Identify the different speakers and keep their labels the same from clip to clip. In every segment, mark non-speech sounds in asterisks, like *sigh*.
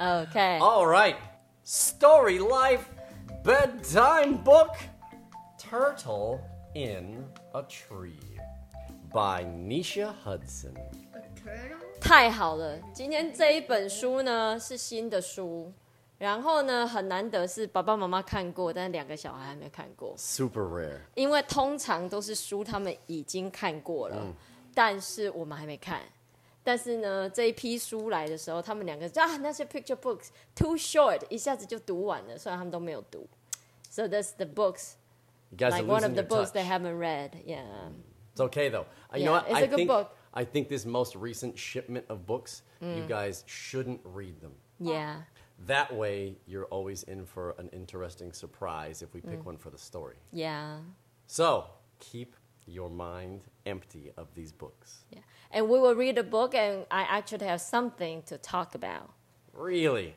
Speaker 1: Okay.
Speaker 2: All right. Story Life Bedtime Book Turtle in a Tree by Nisha Hudson.
Speaker 1: 太好了！今天这一本书呢是新的书，然后呢很难得是爸爸妈妈看过，但两个小孩还没看过，
Speaker 2: Super rare.
Speaker 1: 因为通常都是书他们已经看过了，
Speaker 2: 嗯
Speaker 1: 但是我们还没看。但是呢，这一批书来的时候，他们两个就啊，那些 picture books too short，一下子就读完了。虽然他们都没有读，so that's the books
Speaker 2: You guys
Speaker 1: like
Speaker 2: are
Speaker 1: one
Speaker 2: losing
Speaker 1: of the
Speaker 2: your
Speaker 1: books
Speaker 2: touch.
Speaker 1: they haven't read. Yeah.
Speaker 2: It's okay though. Uh,
Speaker 1: Yeah,
Speaker 2: you know what?
Speaker 1: it's
Speaker 2: I
Speaker 1: a good
Speaker 2: think,
Speaker 1: book. Mm.
Speaker 2: I think this most recent shipment of books, you guys shouldn't read them.
Speaker 1: Yeah.
Speaker 2: That way, you're always in for an interesting surprise if we
Speaker 1: Mm.
Speaker 2: pick one for the story.
Speaker 1: Yeah.
Speaker 2: So keep your mind empty of these books.
Speaker 1: Yeah. And we will read a book, and I actually have something to talk about.
Speaker 2: Really?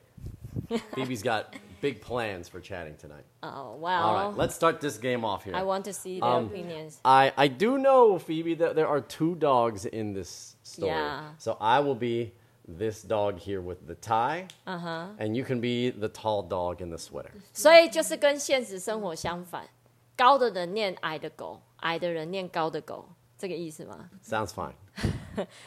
Speaker 2: Phoebe's got big plans for chatting tonight.
Speaker 1: Oh, wow.
Speaker 2: All right, let's start this game off here.
Speaker 1: I want to see their
Speaker 2: Um,
Speaker 1: opinions.
Speaker 2: I, I do know, Phoebe, that there are two dogs in this story.
Speaker 1: Yeah.
Speaker 2: So I will be this dog here with the tie, uh-huh. and you can be the tall dog in the sweater.
Speaker 1: 所以就是跟现实生活相反，高的人念矮的狗，矮的人念高的狗，这个意思吗？
Speaker 2: Sounds fine.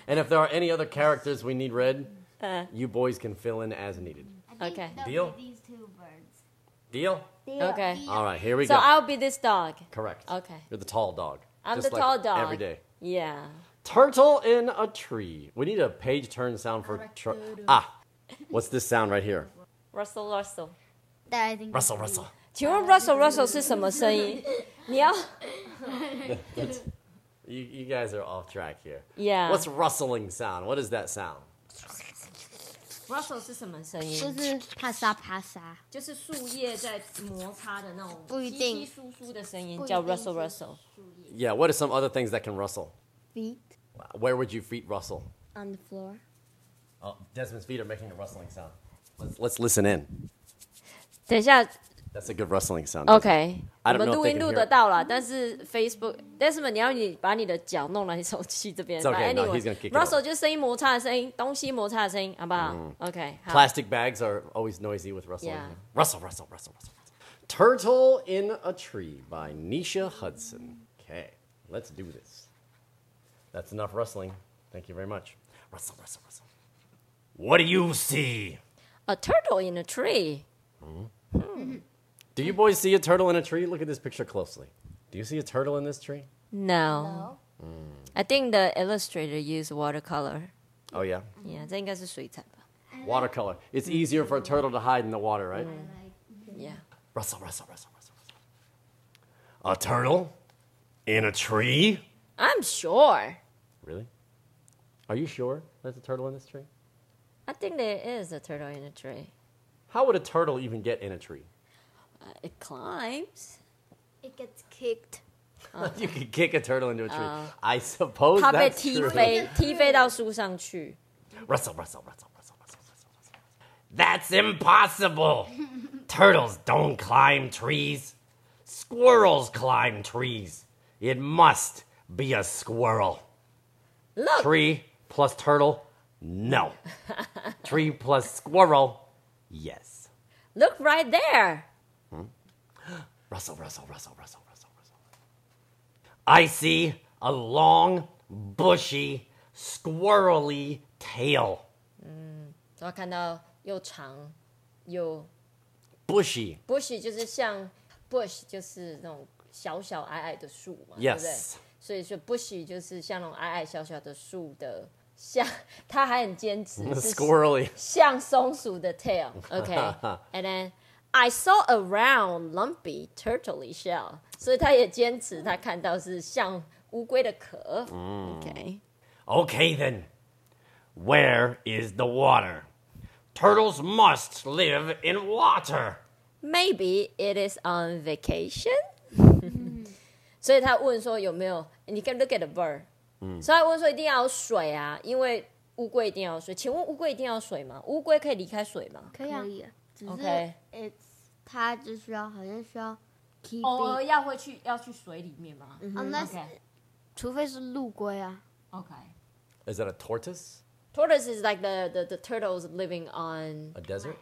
Speaker 2: and if there are any other characters we need read,
Speaker 1: Uh.
Speaker 2: you boys can fill in as needed.
Speaker 1: Okay.
Speaker 2: Deal?
Speaker 3: These two birds.
Speaker 2: Deal?
Speaker 1: Okay.
Speaker 2: All right, here we
Speaker 1: So
Speaker 2: go.
Speaker 1: I'll be this dog.
Speaker 2: Correct.
Speaker 1: Okay.
Speaker 2: You're the tall dog.
Speaker 1: I'm
Speaker 2: Just
Speaker 1: the
Speaker 2: like
Speaker 1: tall dog.
Speaker 2: Every day.
Speaker 1: Yeah.
Speaker 2: Turtle in a tree. We need a page turn sound for. Tr- ah, what's this sound right here?
Speaker 1: Russell Russell.
Speaker 3: That I think.
Speaker 2: Rustle, rustle.
Speaker 1: 请问 Russell Russell 是什么
Speaker 3: *laughs*
Speaker 1: 声音？你要
Speaker 2: You, you guys are off track here.
Speaker 1: Yeah.
Speaker 2: What's rustling sound? What is that sound?
Speaker 1: Russell 是什么声音？
Speaker 3: 就是啪沙啪沙，
Speaker 1: 就是树叶在摩擦的那种
Speaker 3: 不一定
Speaker 1: 稀稀疏疏的声音
Speaker 3: 不一
Speaker 1: 叫
Speaker 3: 定
Speaker 1: Russell Russell。
Speaker 2: Yeah, what are some other things that can rustle?
Speaker 3: feet
Speaker 2: Where would your feet rustle?
Speaker 3: on the floor.
Speaker 2: Oh, Desmond's feet are making a rustling sound. Let's, let's listen in.
Speaker 1: 等一下
Speaker 2: That's a good rustling sound. Desmond.
Speaker 1: ，OK，
Speaker 2: I
Speaker 1: 我
Speaker 2: don't
Speaker 1: 们
Speaker 2: know if
Speaker 1: 录
Speaker 2: they
Speaker 1: 音
Speaker 2: can
Speaker 1: 录
Speaker 2: hear
Speaker 1: 得
Speaker 2: it.
Speaker 1: 到了，但是 Facebook，但是你要你把你的脚弄来手机这边。
Speaker 2: It's
Speaker 1: But
Speaker 2: okay, no, he's gonna
Speaker 1: anyway,
Speaker 2: kick it off. Mm.
Speaker 1: Russell 就是声音摩擦的声音，东西摩擦的声音，好不好？OK，好。
Speaker 2: Plastic bags are always noisy with rustling.
Speaker 1: Ah. Yeah.
Speaker 2: Rustle, rustle, rustle, rustle, rustle. Turtle in a Tree by Nisha Hudson. Okay, let's do this. That's enough rustling. Thank you very much. Rustle, rustle, rustle. What do you see?
Speaker 1: A turtle in a tree.
Speaker 2: Do you boys see a turtle in a tree? Look at this picture closely. Do you see a turtle in this tree?
Speaker 1: No,
Speaker 2: Mm.
Speaker 1: I think the illustrator used watercolor.
Speaker 2: Oh, yeah.
Speaker 1: Yeah，这应该是水彩吧。
Speaker 2: Watercolor. It's easier for a turtle to hide in the water, right?
Speaker 1: Yeah.
Speaker 2: Rustle, rustle, rustle, rustle, rustle. A turtle in a tree?
Speaker 1: I'm sure.
Speaker 2: Really? Are you sure there's a turtle in this tree?
Speaker 1: I think there is a turtle in a tree.
Speaker 2: How would a turtle even get in a tree? *laughs*
Speaker 1: Uh, it climbs.
Speaker 3: It gets kicked.
Speaker 2: you could kick a turtle into a tree. I suppose
Speaker 1: 它被
Speaker 2: that's
Speaker 1: 踢
Speaker 2: true. *laughs*
Speaker 1: 飞，踢飞到树上去。
Speaker 2: Rustle, rustle, rustle, rustle, rustle, rustle, rustle. That's impossible. Turtles don't climb trees. Squirrels climb trees. It must be a squirrel.
Speaker 1: Look.
Speaker 2: Tree plus turtle, no. tree plus squirrel, yes.
Speaker 1: Look right there.
Speaker 2: Russell, Russell, Russell, Russell, Russell, Russell. I see a long, bushy, squirrely tail.
Speaker 1: 然后看到又长又
Speaker 2: Bushy,
Speaker 1: bush 就是像 bush 就是那种小小矮矮的树嘛对不对
Speaker 2: yes.？
Speaker 1: 所以说 bush 就是像那种矮矮小小的树的，像 *laughs* 他还很坚持是
Speaker 2: Squirrely.
Speaker 1: 像松鼠的 tail。OK，and then I saw a round lumpy turtley shell，所以他也坚持他看到是像乌龟的壳。OK，
Speaker 2: Okay then. Where is the water? Turtles must live in water.
Speaker 1: Maybe it is on vacation *laughs* 所以他问说有没有？你看 look at the bird，、所以
Speaker 2: Mm.
Speaker 1: 他问说一定要有水啊，因为乌龟一定要有水。请问乌龟一定要有水吗？乌龟可以离开水吗？
Speaker 3: 可以啊，可以啊只是
Speaker 1: OK
Speaker 3: it's 它就需要好像需要 keep
Speaker 1: 偶尔
Speaker 3: it，
Speaker 1: Oh, 要会去要去水里面吗、
Speaker 4: Mm-hmm.
Speaker 3: unless 除非是陆龟啊，
Speaker 1: o k
Speaker 2: Is that a tortoise?
Speaker 1: Tortoise is like the, the, the turtles living on
Speaker 2: A desert?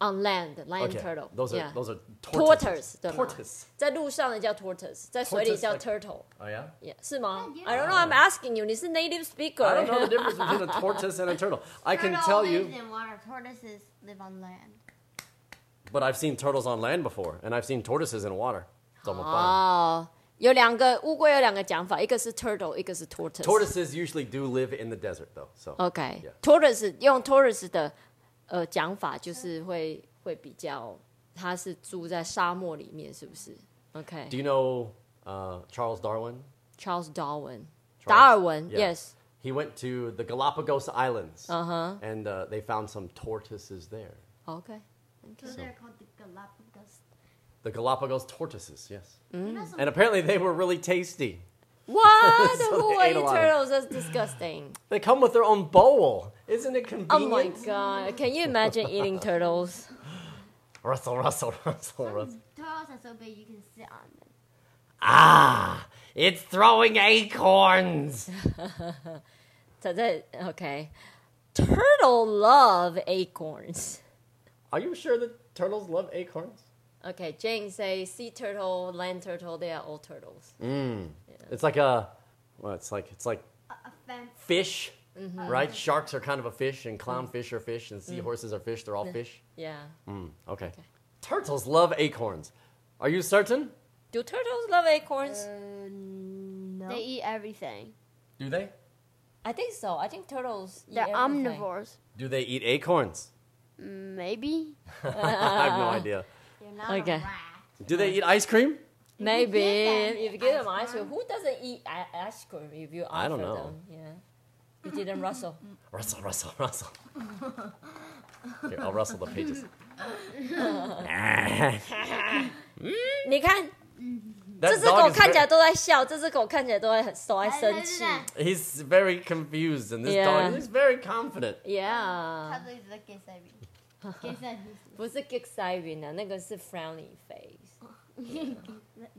Speaker 1: on land, land
Speaker 2: Okay,
Speaker 1: turtle.
Speaker 2: those are-
Speaker 1: yeah.
Speaker 2: those are tortoises.
Speaker 1: tortoise 对吗
Speaker 2: Tortoise.
Speaker 1: 在路上的叫 tortoise，在水里
Speaker 2: Tortoise
Speaker 1: 叫
Speaker 2: like-
Speaker 1: turtle。
Speaker 2: Oh, yeah?
Speaker 1: Yeah, 是吗
Speaker 3: 那你
Speaker 1: ？I don't know. I'm asking you. 你是 native speaker.
Speaker 2: I don't know the difference between a tortoise and a turtle. I can
Speaker 3: Turtle
Speaker 2: tell you,
Speaker 3: lives in water. Tortoises live on land.
Speaker 2: but I've seen turtles on land before, and I've seen tortoises in water. 怎么办?
Speaker 1: 哦，有两个乌龟有两个讲法，一个是 turtle，一个是 tortoise。
Speaker 2: Tortoises usually do live in the desert, though. So
Speaker 1: OK，
Speaker 2: Yeah.
Speaker 1: tortoise 用 tortoise 的呃讲法就是会会比较，它是住在沙漠里面，是不是
Speaker 2: do you know uh, Charles Darwin?
Speaker 1: ？OK，Charles Darwin，
Speaker 2: Charles-
Speaker 1: 达尔文
Speaker 2: Yeah.
Speaker 1: ，Yes，
Speaker 2: He went to the Galapagos Islands,
Speaker 1: Uh-huh.
Speaker 2: and uh, they found some tortoises there. *laughs*
Speaker 1: OK，
Speaker 3: So they're called the Galapagos.
Speaker 2: The Galapagos tortoises, yes.
Speaker 3: You know some-
Speaker 2: And apparently they were really tasty.
Speaker 1: What?
Speaker 2: So
Speaker 1: Who
Speaker 2: they
Speaker 1: are
Speaker 2: ate a
Speaker 1: you
Speaker 2: lot of-
Speaker 1: turtles? That's
Speaker 2: *laughs*
Speaker 1: disgusting.
Speaker 2: They come with their own bowl. Isn't it convenient?
Speaker 1: Oh my god! Can you imagine
Speaker 2: *laughs*
Speaker 1: eating turtles?
Speaker 2: Russell, Russell, *laughs* Russell, Russell.
Speaker 3: Some turtles are so big you can sit on them.
Speaker 2: Ah, it's throwing acorns.
Speaker 1: 他在 OK。Turtle love acorns.
Speaker 2: Are you sure that turtles love acorns?
Speaker 1: Okay, Jane say sea turtle, land turtle, they are all turtles.
Speaker 2: It's like a, well, it's like it's like
Speaker 3: A, a fence.
Speaker 2: fish,
Speaker 1: Mm-hmm.
Speaker 2: right? Sharks are kind of a fish, and clownfish are fish, and seahorses are fish. They're all fish.
Speaker 1: Mm. Yeah.
Speaker 2: Okay. Turtles love acorns. Are you certain?
Speaker 1: Do turtles love acorns?
Speaker 3: Uh, no.
Speaker 4: They eat everything.
Speaker 2: Do they?
Speaker 1: I think so. I think turtles. eat
Speaker 4: They're
Speaker 1: everything.
Speaker 4: omnivores.
Speaker 2: Do they eat acorns? *laughs*
Speaker 4: Maybe.
Speaker 2: I have no idea.
Speaker 3: You're not
Speaker 1: Okay.
Speaker 3: a rat.
Speaker 2: Do they eat ice cream?
Speaker 1: Maybe
Speaker 3: give them
Speaker 1: if you give them
Speaker 3: ice
Speaker 1: ice cream, who doesn't eat i- ice cream? If you offer
Speaker 2: I don't know.
Speaker 1: them, yeah. You didn't rustle. *laughs*
Speaker 2: Russell, Russell, Russell. Here, I'll rustle
Speaker 1: *laughs*
Speaker 2: the pages. *laughs*
Speaker 1: 你看，这
Speaker 2: That
Speaker 1: 只狗
Speaker 2: dog is
Speaker 1: 看起
Speaker 2: very,
Speaker 1: 来都在笑，这只狗看起来都在很都在生气。
Speaker 2: he's very confused, and this
Speaker 1: Yeah.
Speaker 2: dog is very confident.
Speaker 1: Yeah，
Speaker 3: Probably the kiss I mean. Kiss I
Speaker 1: 不是 g i x i v i n 啊，那个是 frowny face。
Speaker 3: mean.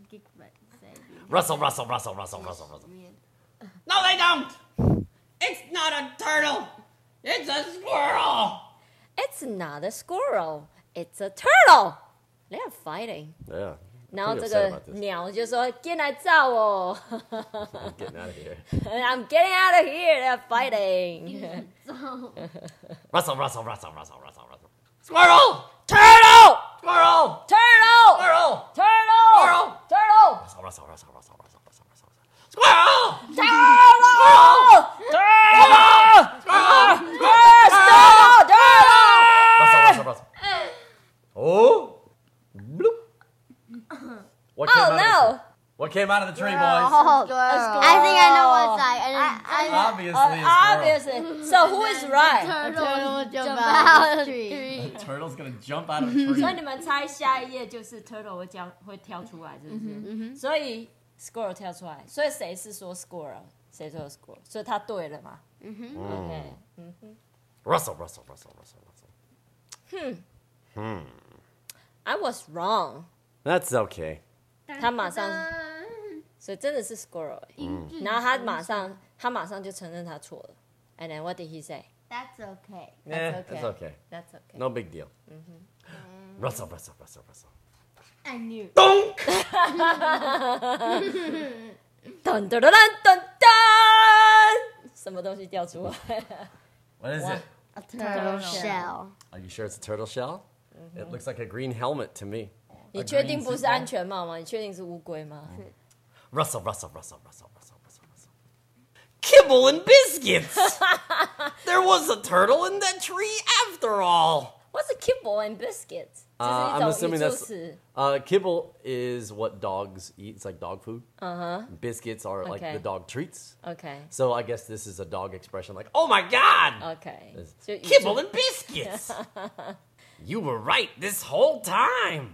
Speaker 3: Kiss I
Speaker 2: Russell, Russell, Russell, Russell, Russell, Russell.
Speaker 3: mean.
Speaker 5: No, they don't. It's not a turtle. It's a squirrel.
Speaker 1: It's not a squirrel, it's a turtle. They are fighting.
Speaker 2: Yeah. *laughs*
Speaker 1: 然后
Speaker 2: Pretty
Speaker 1: 这
Speaker 2: upset
Speaker 1: 个
Speaker 2: about this.
Speaker 1: 鸟就说 “Get 来照我
Speaker 2: I'm getting out of here.
Speaker 1: ，I'm getting out of here, they're *laughs* fighting。
Speaker 2: Russell, Russell, Russell, Russell, Russell, Russell. Squirrel! Turtle! Squirrel!
Speaker 1: Turtle,
Speaker 2: Squirrel!
Speaker 1: turtle, turtle,
Speaker 2: Russell, Russell, Russell, Russell, Russell, Russell, Russell, Russell. Squirrel!
Speaker 1: turtle, turtle, Yes, turtle, turtle.
Speaker 2: Russell, Russell, Russell. Oh! Bloop. What came
Speaker 1: Oh
Speaker 2: out of the
Speaker 1: no!
Speaker 2: tree? What came out of the tree, boys?
Speaker 4: Oh,
Speaker 3: I think I know what side. And I, I,
Speaker 2: Obviously, a squirrel.
Speaker 1: Uh, Obviously. So who is right?
Speaker 3: I, turtle would jump
Speaker 4: out
Speaker 3: out
Speaker 4: of
Speaker 3: of the
Speaker 4: the tree.
Speaker 3: tree.
Speaker 2: Turtle's gonna jump out of a tree.
Speaker 1: 所 *laughs* 以你们猜下一页就是 turtle 会跳会跳出来，是
Speaker 2: Mm-hmm,
Speaker 1: 不是？所以 squirrel 跳出来，所以谁是说 squirrel，谁说 squirrel？所以他对了嘛？
Speaker 2: Mm-hmm.
Speaker 1: 嗯哼，OK。
Speaker 2: Russell, Russell, Russell, Russell, Russell.
Speaker 1: I was wrong，
Speaker 2: That's okay.
Speaker 1: 他马上，
Speaker 4: Um,
Speaker 1: 所以真的是 squirrel 欸、然后他马上，他马上就承认他错了。And then what did he say?
Speaker 3: That's okay.
Speaker 1: That's
Speaker 2: Eh,
Speaker 1: okay. Mm-hmm.
Speaker 2: It's okay.
Speaker 1: That's okay.
Speaker 2: No big deal. Russell, Russell, Russell, Russell.
Speaker 3: I knew.
Speaker 2: Donk!
Speaker 1: 噔噔噔噔噔噔，什么东西掉
Speaker 2: *laughs*
Speaker 1: 出来？
Speaker 2: What is
Speaker 1: Wow.
Speaker 2: it?
Speaker 3: A
Speaker 4: Turtle shell.
Speaker 2: Are you sure it's a turtle shell? It looks like a green helmet to me.
Speaker 1: 你
Speaker 2: A
Speaker 1: 确
Speaker 2: green
Speaker 1: 定不是
Speaker 2: football.
Speaker 1: 安全帽吗？你确定是乌龟吗？
Speaker 2: Russell, Russell, Russell, Russell, Russell, Russell, Russell. Kibble and biscuits! there was a turtle in that tree after all!
Speaker 1: What's a kibble and biscuit？这
Speaker 2: Uh,
Speaker 1: 是
Speaker 2: I'm
Speaker 1: 一种
Speaker 2: assuming
Speaker 1: 语助
Speaker 2: that's-
Speaker 1: 词。
Speaker 2: Uh, kibble is what dogs eat. It's like dog food. Uh huh. Biscuits are like
Speaker 1: Okay.
Speaker 2: the dog treats.
Speaker 1: OK
Speaker 2: So I guess this is a dog expression like, oh my god!
Speaker 1: OK，
Speaker 2: It's
Speaker 1: 就语助
Speaker 2: Kibble and biscuits! you were right this whole time!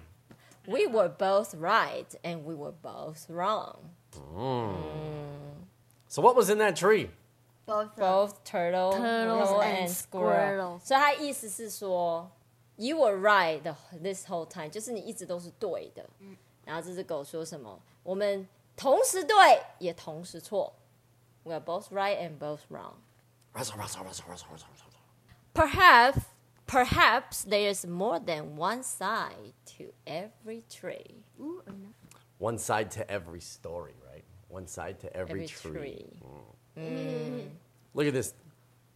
Speaker 1: We were both right and we were both wrong.
Speaker 2: So what was in that tree?
Speaker 3: Both.
Speaker 1: both turtle,
Speaker 4: Turtles
Speaker 1: roll,
Speaker 4: and
Speaker 1: and squirrel.
Speaker 4: squirrel.
Speaker 1: 所以它意思是说，you were right the, this whole time，就是你一直都是对的。然后这只狗说什么？我们同时对，也同时错。We are both right and both wrong。
Speaker 2: Rustle, rustle, rustle, rustle, rustle, rustle.
Speaker 1: Perhaps, perhaps there's more than one side to every tree.
Speaker 2: One side to every story, right? One side to every,
Speaker 1: Every tree.
Speaker 2: Look at this.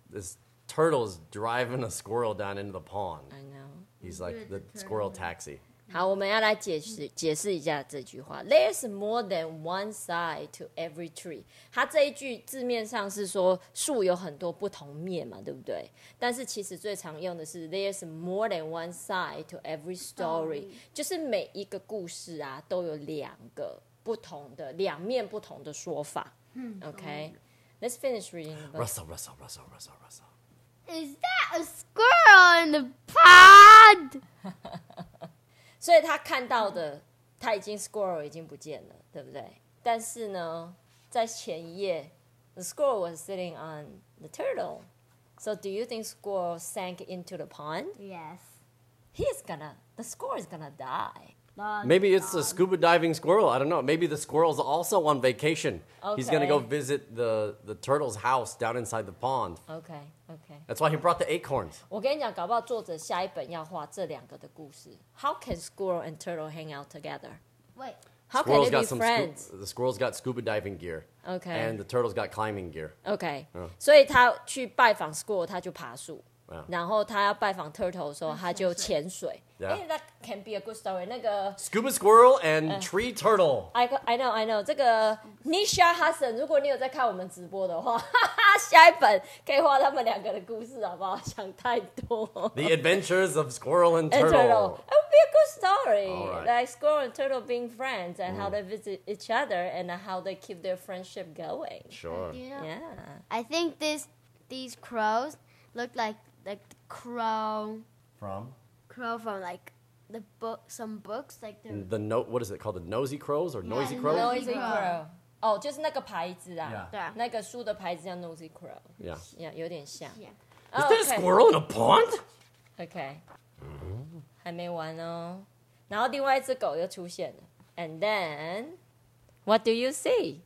Speaker 2: This turtle's driving a squirrel down into the pond.
Speaker 1: I know.
Speaker 2: He's like the squirrel taxi.
Speaker 1: 好，我们要来解释解释一下这句话。There's more than one side to every tree。它这一句字面上是说树有很多不同面嘛，对不对？但是其实最常用的是 There's more than one side to every story，就是每一个故事啊都有两个不同的两面不同的说法。嗯，OK，Let's finish reading the book.
Speaker 2: Rustle, rustle, rustle, rustle, rustle.
Speaker 4: Is that a squirrel in the pod?
Speaker 1: 所以他看到的，他已经 squirrel 已经不见了，对不对？但是呢，在前一页，the squirrel was sitting on the turtle. So do you think squirrel sank into the pond?
Speaker 3: Yes.
Speaker 1: He's gonna, the squirrel is gonna die.
Speaker 2: Maybe it's a scuba diving squirrel. I don't know. Maybe the squirrel's also on vacation. He's going to go
Speaker 1: Okay.
Speaker 2: visit the, the turtle's house down inside the pond.
Speaker 1: Okay, okay.
Speaker 2: That's why he brought the acorns.
Speaker 1: 我跟你讲，搞不好作者下一本要画这两个的故事。How can squirrel and turtle hang out together?
Speaker 3: Wait.
Speaker 1: How can
Speaker 2: Squirrel's
Speaker 1: they be
Speaker 2: got some
Speaker 1: friends?
Speaker 2: scu- the squirrel's got scuba diving gear.
Speaker 1: Okay.
Speaker 2: And the turtle's got climbing gear.
Speaker 1: OK，、所以他去拜访 Squirrel，他就爬树。
Speaker 2: 嗯
Speaker 1: 然后他要拜访 Turtle 的时候，他就潜水。
Speaker 2: Yeah
Speaker 1: 哎、那 can be a good story。那个
Speaker 2: Scuba squirrel and
Speaker 1: Uh.
Speaker 2: tree turtle.
Speaker 1: I I know I know，这个 Nisha Hudson，如果你有在看我们直播的话， *laughs* 哈哈，下一本可以画他们两个的故事，好不好？想太多。
Speaker 2: The adventures of squirrel
Speaker 1: and
Speaker 2: and turtle.
Speaker 1: turtle. It would be a good story.
Speaker 2: All right.
Speaker 1: Like squirrel and turtle being friends and
Speaker 2: Mm-hmm
Speaker 1: how they visit each other and how they keep their friendship going.
Speaker 2: Sure.
Speaker 4: Do you know?
Speaker 1: Yeah.
Speaker 4: I think this these crows look like like the crow
Speaker 2: From?
Speaker 4: crow from like the book some books like the
Speaker 2: The no, what is it called? The nosy crows or noisy crows?
Speaker 1: Noisy
Speaker 4: Crow.
Speaker 1: Crow。哦，就是那个牌子啊
Speaker 2: Yeah.
Speaker 4: 对啊
Speaker 1: 那个书的牌子叫 Noisy Crow，
Speaker 2: Yeah.
Speaker 1: 呀，有点像。
Speaker 4: Yeah.
Speaker 1: Oh,
Speaker 2: Is there a squirrel in a pond?
Speaker 1: OK，还没完哦。然后另外一只狗又出现了，And then what do you see？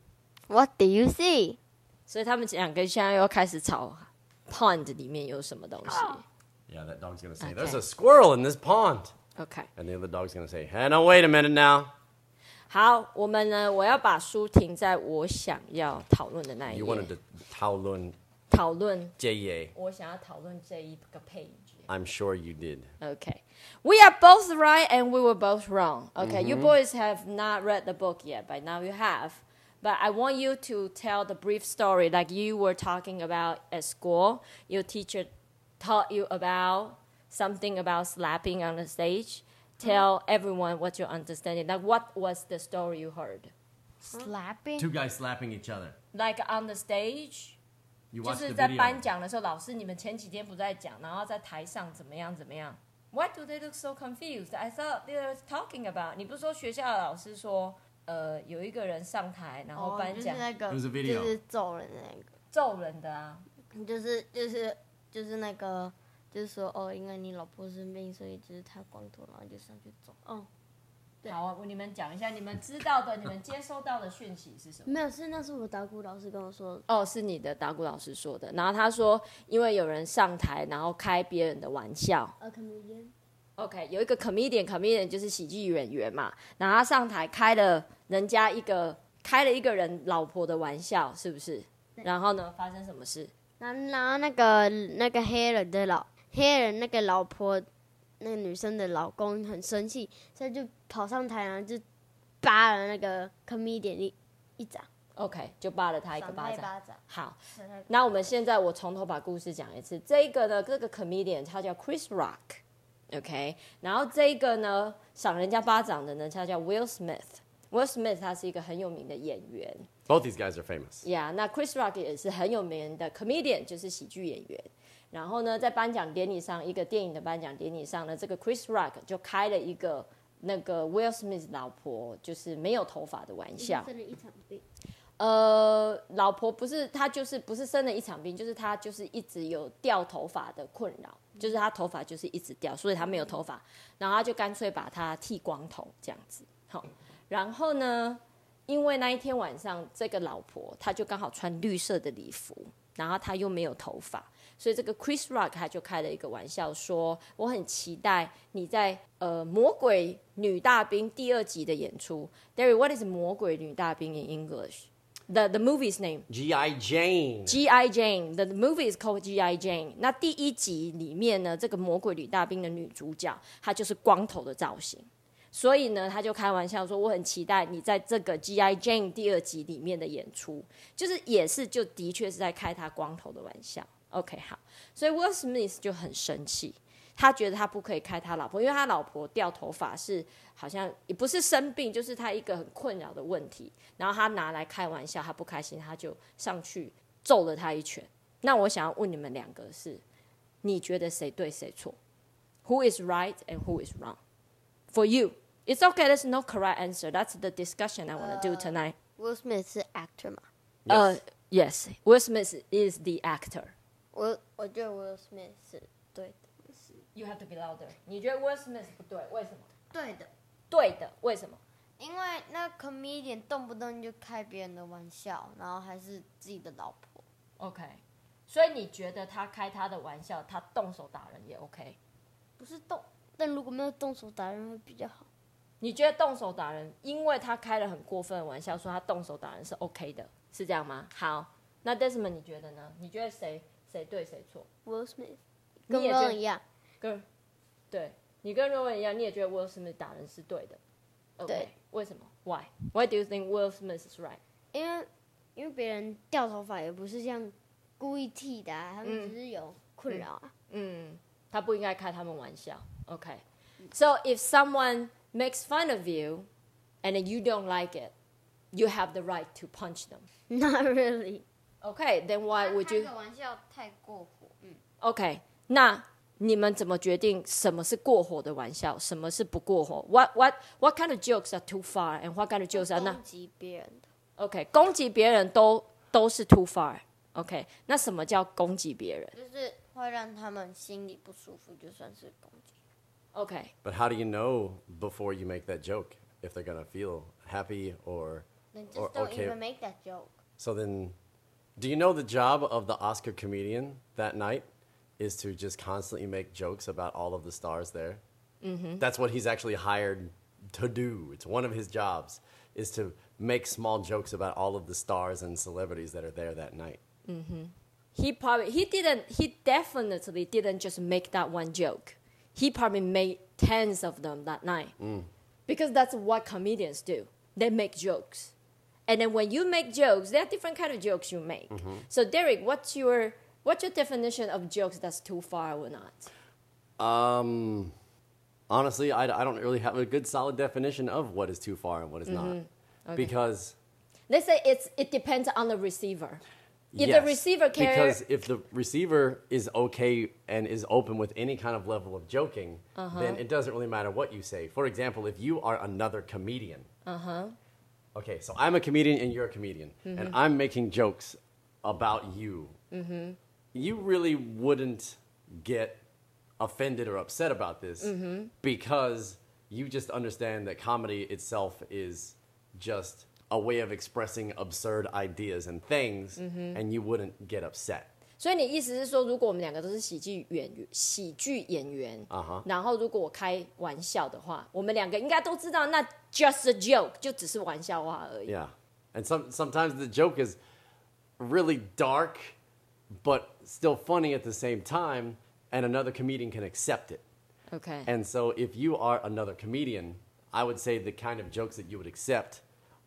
Speaker 4: What do you see?
Speaker 1: 所以他们两个现在又开始吵，pond 里面有什么东
Speaker 4: 啊
Speaker 1: 西
Speaker 2: Yeah, that dog's gonna say, "There's
Speaker 1: Okay.
Speaker 2: a squirrel in this pond,"
Speaker 1: ？OK，
Speaker 2: and the other dog's gonna say, "Hey, now wait a minute now."
Speaker 1: 好，我们呢，我要把书停在我想要讨论的那一
Speaker 2: You
Speaker 1: 页
Speaker 2: wanted，to Taolun
Speaker 1: 讨论，
Speaker 2: JA.
Speaker 1: 我想要讨论这一个 page。
Speaker 2: I'm sure you did.
Speaker 1: Okay. We are both right and we were both wrong. Okay. You boys have not read the book yet, but now you have. But I want you to tell the brief story like you were talking about at school. Your teacher taught you about something about slapping on the stage. Tell everyone what your understanding. Like what was the story you heard?
Speaker 4: Slapping?
Speaker 2: Two guys slapping each other.
Speaker 1: Like on the stage?
Speaker 2: You
Speaker 1: 就是在颁奖的时候，老师你们前几天不在讲，然后在台上怎么样怎么样？Why do they look so confused? I thought they were talking about. 你不是说学校的老师说，呃，有一个人上台然后颁奖、
Speaker 4: 哦，就是那个
Speaker 2: There's a video.
Speaker 1: 揍人的啊？
Speaker 4: 就是揍人的那个，就是就是就是那个，就是说哦，因为你老婆生病，所以就是她光头，然后就上去揍。哦，没有，是那是我的。
Speaker 1: 好啊，你们讲一下你们知道的，你们接收到的讯息是什么？
Speaker 4: 打鼓老师跟我说，
Speaker 1: 哦，是你的打鼓老师说的。然后他说，因为有人上台，然后开别人的玩笑，
Speaker 4: 呃，可能烟
Speaker 1: OK，有一个 comedian，comedian 就是喜剧演员嘛，然后他上台开了人家一个开了一个人老婆的玩笑，是不是？然后呢，发生什么事？
Speaker 4: 然后然后那个那个黑人的老黑人那个老婆，那个女生的老公很生气，所以就跑上台，然后就扒了那个 comedian 一一掌，
Speaker 1: OK，就扒了他一个
Speaker 4: 赏
Speaker 1: 巴
Speaker 4: 他一
Speaker 1: 掌。
Speaker 4: 巴掌。
Speaker 1: 好，那我们现在我从头把故事讲一次。这一个呢，这个 comedian 他叫 Chris Rock，OK，、然后这一个呢，赏人家巴掌的呢，他叫 Will Smith。Will Smith 他是一个很有名的演员，
Speaker 2: Both these guys are famous.
Speaker 1: Yeah，那 Chris Rock 也是很有名的 comedian，就是喜剧演员。然后呢，在颁奖典礼上，一个电影的颁奖典礼上呢，这个 Chris Rock 就开了一个那个 Will Smith 老婆就是没有头发的玩笑。
Speaker 3: 生了一场病。
Speaker 1: 呃，老婆不是她，就是不是生了一场病，就是她就是一直有掉头发的困扰，就是她头发就是一直掉，所以她没有头发，然后她就干脆把它剃光头这样子。好，然后呢，因为那一天晚上这个老婆她就刚好穿绿色的礼服，然后他又没有头发，所以这个 Chris Rock 他就开了一个玩笑说，我很期待你在呃《魔鬼女大兵》第二集的演出。Derry，what is 魔鬼女大兵 in English？The the movie's name
Speaker 2: G.I. Jane.
Speaker 1: G.I. Jane，the movie is called G.I. Jane。那第一集里面呢，这个魔鬼女大兵的女主角，她就是光头的造型，所以呢，她就开玩笑说，我很期待你在这个 G.I. Jane 第二集里面的演出，就是也是就的确是在开她光头的玩笑。OK，好，所以 Will Smith 就很生气，他觉得他不可以开他老婆，因为他老婆掉头发是好像也不是生病，就是他一个很困扰的问题。然后他拿来开玩笑，他不开心，他就上去揍了他一拳。那我想要问你们两个是，你觉得谁对谁错？Who is right and who is wrong? For you, it's okay. There's no correct answer. That's the discussion I want to do tonight.
Speaker 4: Will Smith 是 actor 嘛？
Speaker 1: 呃 yes, Will Smith is the actor.
Speaker 4: 我我觉得 Will Smith 是对的，
Speaker 1: You have to be louder. 你觉得 Will Smith 不对，为什么？
Speaker 4: 对的，
Speaker 1: 对的，为什么？
Speaker 4: 因为那 comedian 动不动就开别人的玩笑，然后还是自己的老婆，
Speaker 1: OK，所以你觉得他开他的玩笑，他动手打人也 OK？
Speaker 4: 不是动，但如果没有动手打人会比较好。
Speaker 1: 你觉得动手打人，因为他开了很过分的玩笑，说他动手打人是 OK 的，是这样吗？好，那 Desmond 你觉得呢？你觉得谁谁对谁错？
Speaker 4: Will Smith
Speaker 1: 你
Speaker 4: 跟
Speaker 1: 也觉得
Speaker 4: Will 一样，
Speaker 1: 跟对你跟 Rowan 一样，你也觉得 Will Smith 打人是对的？OK，
Speaker 4: 对
Speaker 1: 为什么？Why? Why do you think Will Smith is right?
Speaker 4: 因为因为别人掉头发也不是像故意剃的、啊，他
Speaker 1: 嗯
Speaker 4: 们只是有困扰啊。
Speaker 1: 嗯，他不应该开他们玩笑。OK。So if someone makes fun of you and then you don't like it, you have the right to punch them.
Speaker 4: *laughs* Not really，
Speaker 1: OK, then why would you?
Speaker 4: 玩笑太过火，嗯，
Speaker 1: OK，那你们怎么决定什么是过火的玩笑，什么是不过火？What what what kind of jokes are too far and what kind of jokes are not?
Speaker 4: 攻击别人的
Speaker 1: OK，攻击别人都都是 too far。OK，那什么叫攻击别人
Speaker 4: 就是会让他们心里不舒服，就算是攻击。
Speaker 1: ？OK，
Speaker 2: But how do you know before you make that joke if they're gonna feel happy or
Speaker 4: Then just
Speaker 2: or
Speaker 4: don't
Speaker 2: okay?
Speaker 4: even make that joke.
Speaker 2: So then, do you know the job of the Oscar comedian that night is to just constantly make jokes about all of the stars there? Mm-hmm. That's what he's actually hired to do. It's one of his jobs is to make small jokes about all of the stars and celebrities that are there that night.
Speaker 1: he probably he didn't he definitely didn't just make that one joke. He probably made tens of them that night.
Speaker 2: Mm.
Speaker 1: Because that's what comedians do. They make jokes. And then when you make jokes, there are different kind of jokes you make.
Speaker 2: Mm-hmm.
Speaker 1: So Derek, what's your what's your definition of jokes that's too far or not?
Speaker 2: Um, honestly, I, I don't really have a good solid definition of what is too far and what is not because.
Speaker 1: They say it's it depends on the receiver. If
Speaker 2: Yes,
Speaker 1: the receiver carries
Speaker 2: because if the receiver is okay and is open with any kind of level of joking,
Speaker 1: Uh-huh.
Speaker 2: then it doesn't really matter what you say. For example, if you are another comedian,
Speaker 1: Uh-huh.
Speaker 2: okay, so I'm a comedian and you're a comedian,
Speaker 1: Mm-hmm.
Speaker 2: and I'm making jokes about you, you really wouldn't get offended or upset about this because you just understand that comedy itself is just a way of expressing absurd ideas and things, and you wouldn't get upset.
Speaker 1: 所以你意思是说，如果我们两个都是喜剧演员，喜剧演员
Speaker 2: 啊哈
Speaker 1: 然后如果我开玩笑的话，我们两个应该都知道，那 just a joke 就只是玩笑话而已。
Speaker 2: Yeah. And some, sometimes the joke is really dark, but still funny at the same time, and another comedian can accept it.
Speaker 1: OK，
Speaker 2: And so, if you are another comedian, I would say the kind of jokes that you would accept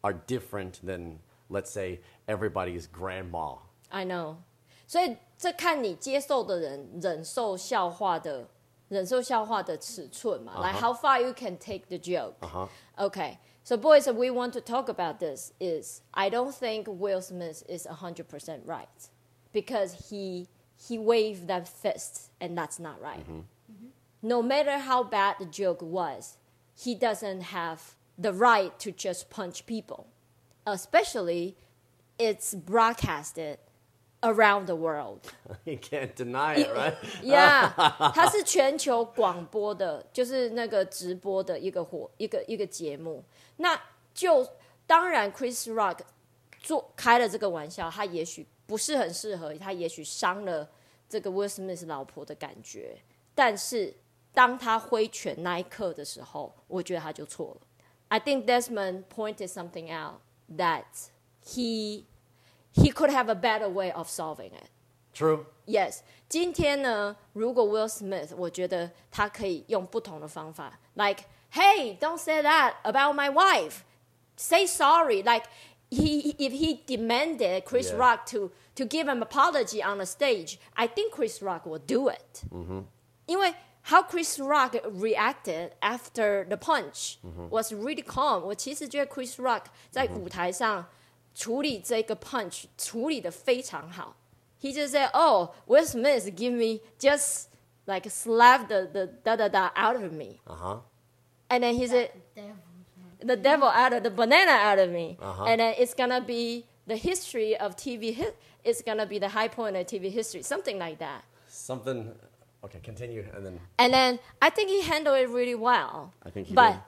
Speaker 2: are different than, let's say, everybody's grandma.
Speaker 1: I know，所以这看你接受的人忍受笑话的忍受笑话的尺寸嘛、
Speaker 2: Uh-huh.
Speaker 1: like how far you can take the joke。
Speaker 2: Uh-huh.
Speaker 1: Okay, so boys, we want to talk about this. Is I don't think Will Smith is hundred percent right because he he waved that fist and that's not right.
Speaker 2: Mm-hmm.
Speaker 1: Mm-hmm. No matter how bad the joke was, he doesn't have the right to just punch people, especially it's broadcasted around the world.
Speaker 2: *laughs* You can't deny it, right?
Speaker 1: *laughs* Yeah，它是全球广播的，就是那个直播的一个活一个一个节目。那就当然，Chris Rock 做开了这个玩笑，他也许不是很适合，他也许伤了这个 Will Smith 老婆的感觉，但是当他挥拳那一刻的时候，我觉得他就错了。I think Desmond pointed something out that he he could have a better way of solving it.
Speaker 2: True.
Speaker 1: Yes，今天呢，如果 Will Smith，我觉得他可以用不同的方法，like Hey, don't say that about my wife. Say sorry. Like he, if he demanded Chris
Speaker 2: Yeah.
Speaker 1: Rock to to give an apology on the stage, I think Chris Rock will do it. 因为 how Chris Rock reacted after the punch was really calm。我其实觉得 Chris Rock 在舞台上处理这个 punch 处理的非常好。He just said, "Oh, Will Smith, give me just like slap the the da da da out of me,"
Speaker 2: Uh huh.
Speaker 1: and then he said, "The devil out of the banana out of me,"
Speaker 2: Uh-huh.
Speaker 1: and then it's gonna be the history of TV. hi- It's gonna be the high point of TV history, something like that.
Speaker 2: Something. Okay, continue, and then
Speaker 1: And then I think he handled it really well.
Speaker 2: I think he
Speaker 1: but,
Speaker 2: did.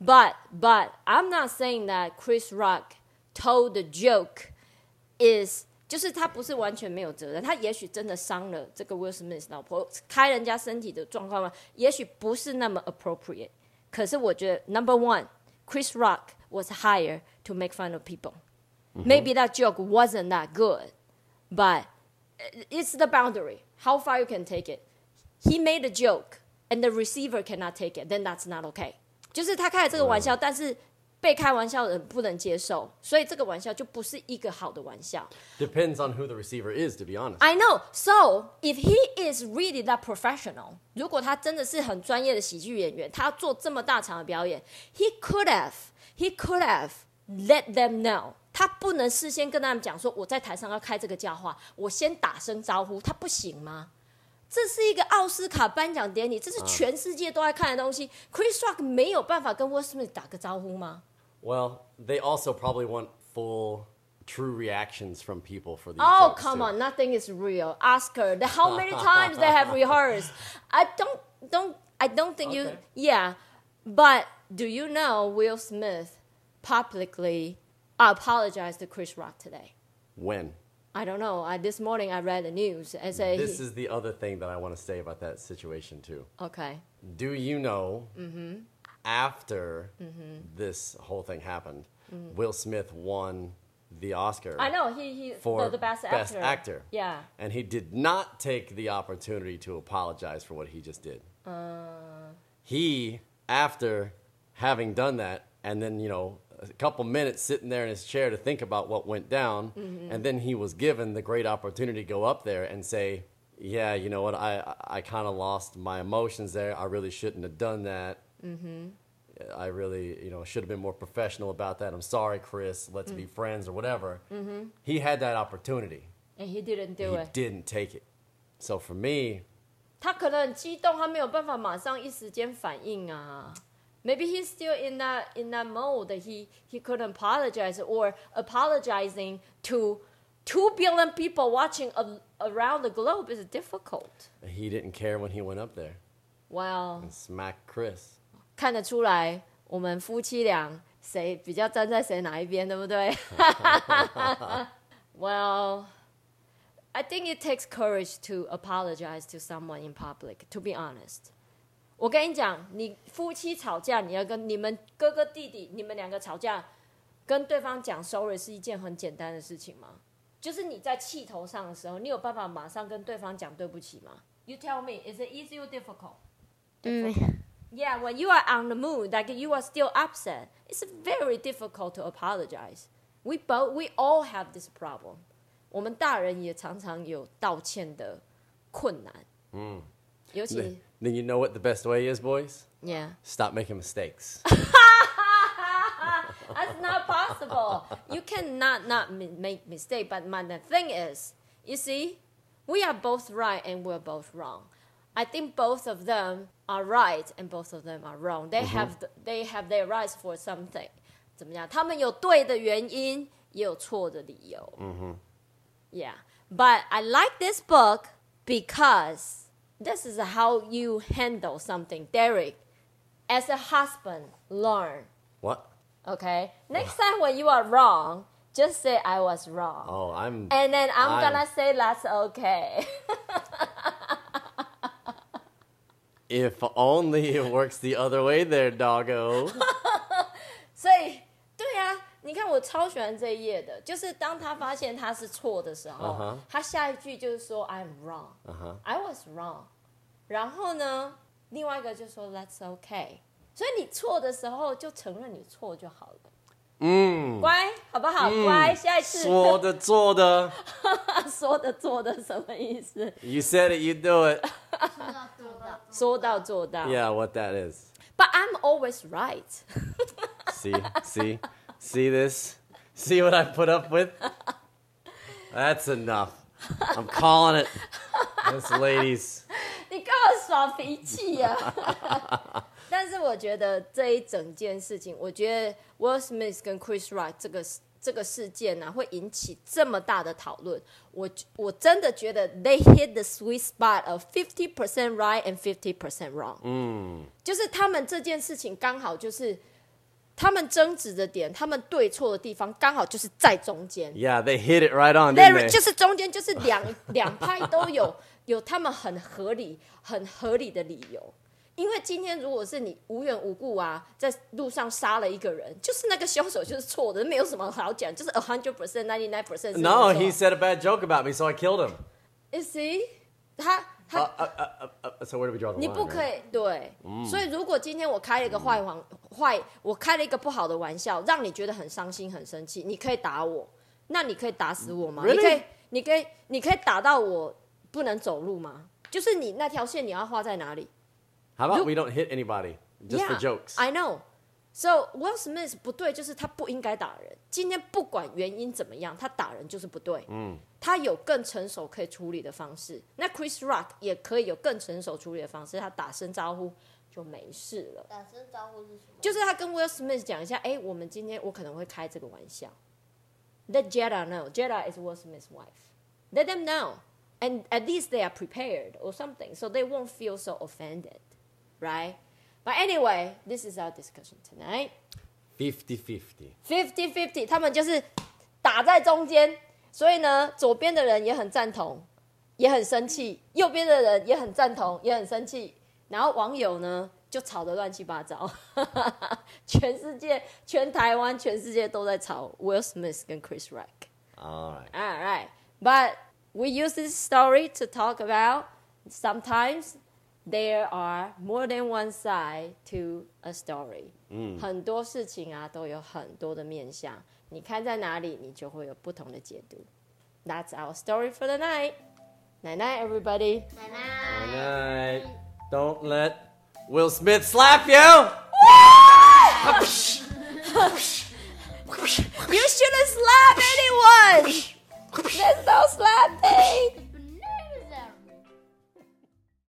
Speaker 1: But but I'm not saying that Chris Rock told the joke is 就是他不是完全没有责任，他也许真的伤了这个 Will Smith 老婆，开人家身体的状况嘛，也许不是那么 appropriate。可是我觉得 Number one, Chris Rock was hired to make fun of people.
Speaker 2: Mm-hmm.
Speaker 1: Maybe that joke wasn't that good, but it's the boundary. How far you can take it. he made a joke and the receiver cannot take it, then that's not okay. 就是他开了这个玩笑，但是被开玩笑的人不能接受，所以这个玩笑就不是一个好的玩笑。
Speaker 2: depends on who the receiver is, to be honest.
Speaker 1: I know. So if he is really that professional，如果他真的是很专业的喜剧演员，他要做这么大场的表演，he could have, he could have let them know。他不能事先跟他们讲说我在台上要开这个教化，我先打声招呼，他不行吗？这是一个奥斯卡颁奖典礼，这是全世界都在看的东西。Chris Rock 没有办法跟 Will Smith 打个招呼吗？
Speaker 2: Well, they also probably want full, true reactions from people for these.
Speaker 1: Oh,
Speaker 2: jokes,
Speaker 1: come
Speaker 2: too.
Speaker 1: on, nothing is real. Oscar, the, how
Speaker 2: *laughs*
Speaker 1: many times they have rehearsed? I don't, don't, I don't think you,
Speaker 2: Okay.
Speaker 1: yeah. But do you know Will Smith publicly apologized to Chris Rock today?
Speaker 2: When?
Speaker 1: I don't know. I, this morning I read the news and say,
Speaker 2: This is the other thing that I want to say about that situation too.
Speaker 1: okay,
Speaker 2: Do you know?
Speaker 1: Mm-hmm.
Speaker 2: After this whole thing happened, Will Smith won the Oscar.
Speaker 1: I know he he
Speaker 2: For
Speaker 1: the, the best,
Speaker 2: best
Speaker 1: actor.
Speaker 2: actor.
Speaker 1: Yeah.
Speaker 2: and he did not take the opportunity to apologize for what he just did. He, after having done that, and then, you know, a couple minutes sitting there in his chair to think about what went down, and then he was given the great opportunity to go up there and say, yeah, you know what? I, I kind of lost my emotions there. I really shouldn't have done that. I really, you know, should have been more professional about that. I'm sorry, Chris. Let's be friends or whatever. He had that opportunity
Speaker 1: And he didn't do
Speaker 2: he
Speaker 1: it.
Speaker 2: didn't take it. So for me,
Speaker 1: 他可能很激动，他没有办法马上一时间反应啊。Maybe he's still in that in that mode. that He he couldn't apologize or apologizing to two billion people watching a, around the globe is difficult.
Speaker 2: he didn't care when he went up there
Speaker 1: Well，
Speaker 2: and smacked Chris.
Speaker 1: 看得出来我们夫妻俩谁比较站在谁哪一边，对不对 *laughs* ？Well, I think it takes courage to apologize to someone in public. To be honest. 我跟你讲，你夫妻吵架，你要跟你们哥哥弟弟，你们两个吵架，跟对方讲 sorry 是一件很简单的事情吗？就是你在气头上的时候，你有办法马上跟对方讲对不起吗？You tell me, is it easy or difficult?
Speaker 4: *laughs* 嗯，
Speaker 1: Yeah, when you are on the moon, like you are still upset, it's very difficult to apologize. We both, we all have this problem. 我们大人也常常有道歉的困难。嗯，尤
Speaker 2: Then,
Speaker 1: 其
Speaker 2: then you know what the best way is, boys?
Speaker 1: Yeah,
Speaker 2: Stop making mistakes.
Speaker 1: that's not possible. you cannot not mi- make mistake. But my the thing is, you see, we are both right and we're both wrong. I think both of them are right and both of them are wrong. They have th- they have their rights for something. 怎么样？他们有对的原因，也有错的理由。Yeah, but I like this book because this is how you handle something, Derek. As a husband, learn.
Speaker 2: what?
Speaker 1: Okay. Next time when you are wrong, Just say I was wrong.
Speaker 2: Oh, I'm.
Speaker 1: And then I'm,
Speaker 2: I'm-
Speaker 1: gonna say that's okay. *laughs*
Speaker 2: If only it works the other way there, doggo.
Speaker 1: 所以，对啊，你看我超喜欢这一页的，就是当他发现他是错的时候
Speaker 2: 嗯哼
Speaker 1: 他下一句就是说 I'm wrong，、
Speaker 2: Uh-huh.
Speaker 1: I was wrong。然后呢，另外一个就说 That's okay。所以你错的时候就承认你错就好了，
Speaker 2: 嗯，
Speaker 1: 乖，好不好？乖，下一次
Speaker 2: 说的做的。You
Speaker 1: *laughs* 说的做的什么意思？
Speaker 2: said it, you do it.
Speaker 1: 说到做到。
Speaker 2: Yeah, what that is.
Speaker 1: But I'm always right 。
Speaker 2: See, see, see this? See what I put up with? That's enough. I'm calling it. This lady's.
Speaker 1: 你跟我耍脾气呀、 *laughs* 但是我觉得这一整件事情，我觉得 Will Smith 跟 Chris Rock 这个这个事件呢、啊会引起这么大的讨论。我我真的觉得 they hit the sweet spot of fifty percent right and fifty percent wrong。嗯，就是他们这件事情刚好就是他们争执的点，他们对错的地方刚好就是在中间。
Speaker 2: Yeah, they hit it right on, didn't
Speaker 1: Larry
Speaker 2: they?
Speaker 1: 就是中间就是两两派都有有他们很合理很合理的理由，因为今天如果是你无缘无故啊在路上杀了一个人，就是那个凶手就是错的，没有什么好讲，就是 a hundred percent ninety nine percent。
Speaker 2: *laughs* No, he said a bad joke about me, so I killed him.
Speaker 1: 啊 you see 他他
Speaker 2: Uh, uh, uh, uh, uh, so where do we draw the
Speaker 1: 你
Speaker 2: line?
Speaker 1: 不
Speaker 2: right?
Speaker 1: 可以对，所以如果今天我开了一个坏玩坏，我开了一个不好的玩笑，让你觉得很伤心、很生气，你可以打我，那你可以打死我吗？嗯你
Speaker 2: Really？
Speaker 1: 可以，你可以，你可以打到我不能走路吗？就是你那条线你要画在哪里
Speaker 2: How about
Speaker 1: Look-
Speaker 2: we don't hit anybody just for jokes?
Speaker 1: I know. So Will Smith 不对，就是他不应该打人。今天不管原因怎么样，他打人就是不对。嗯，他有更成熟可以处理的方式。那 Chris Rock 也可以有更成熟处理的方式，他打声招呼就没事了。
Speaker 3: 打声招呼是什么？
Speaker 1: 就是他跟 Will Smith 讲一下，哎、我们今天我可能会开这个玩笑。Let Jada know. Jada is Will Smith's wife. Let them know, and at least they are prepared or something, so they won't feel so offended, right? But anyway, this is our discussion tonight.
Speaker 2: 50-50.
Speaker 1: Fifty fifty，他们就是打在中间，所以呢，左边的人也很赞同，也很生气；右边的人也很赞同，也很生气。然后网友呢就吵得乱七八糟， *laughs* 全世界、全台湾、全世界都在吵 Will Smith 跟 Chris Rock。
Speaker 2: All right.
Speaker 1: All right. But we use this story to talk about sometimes there are more than one side to a story. 很多事情啊都有很多的面向，你看在哪里，你就会有不同的解读。That's our story for the night. Night night, everybody.
Speaker 3: 奶奶。
Speaker 2: All right. Don't let Will Smith slap you.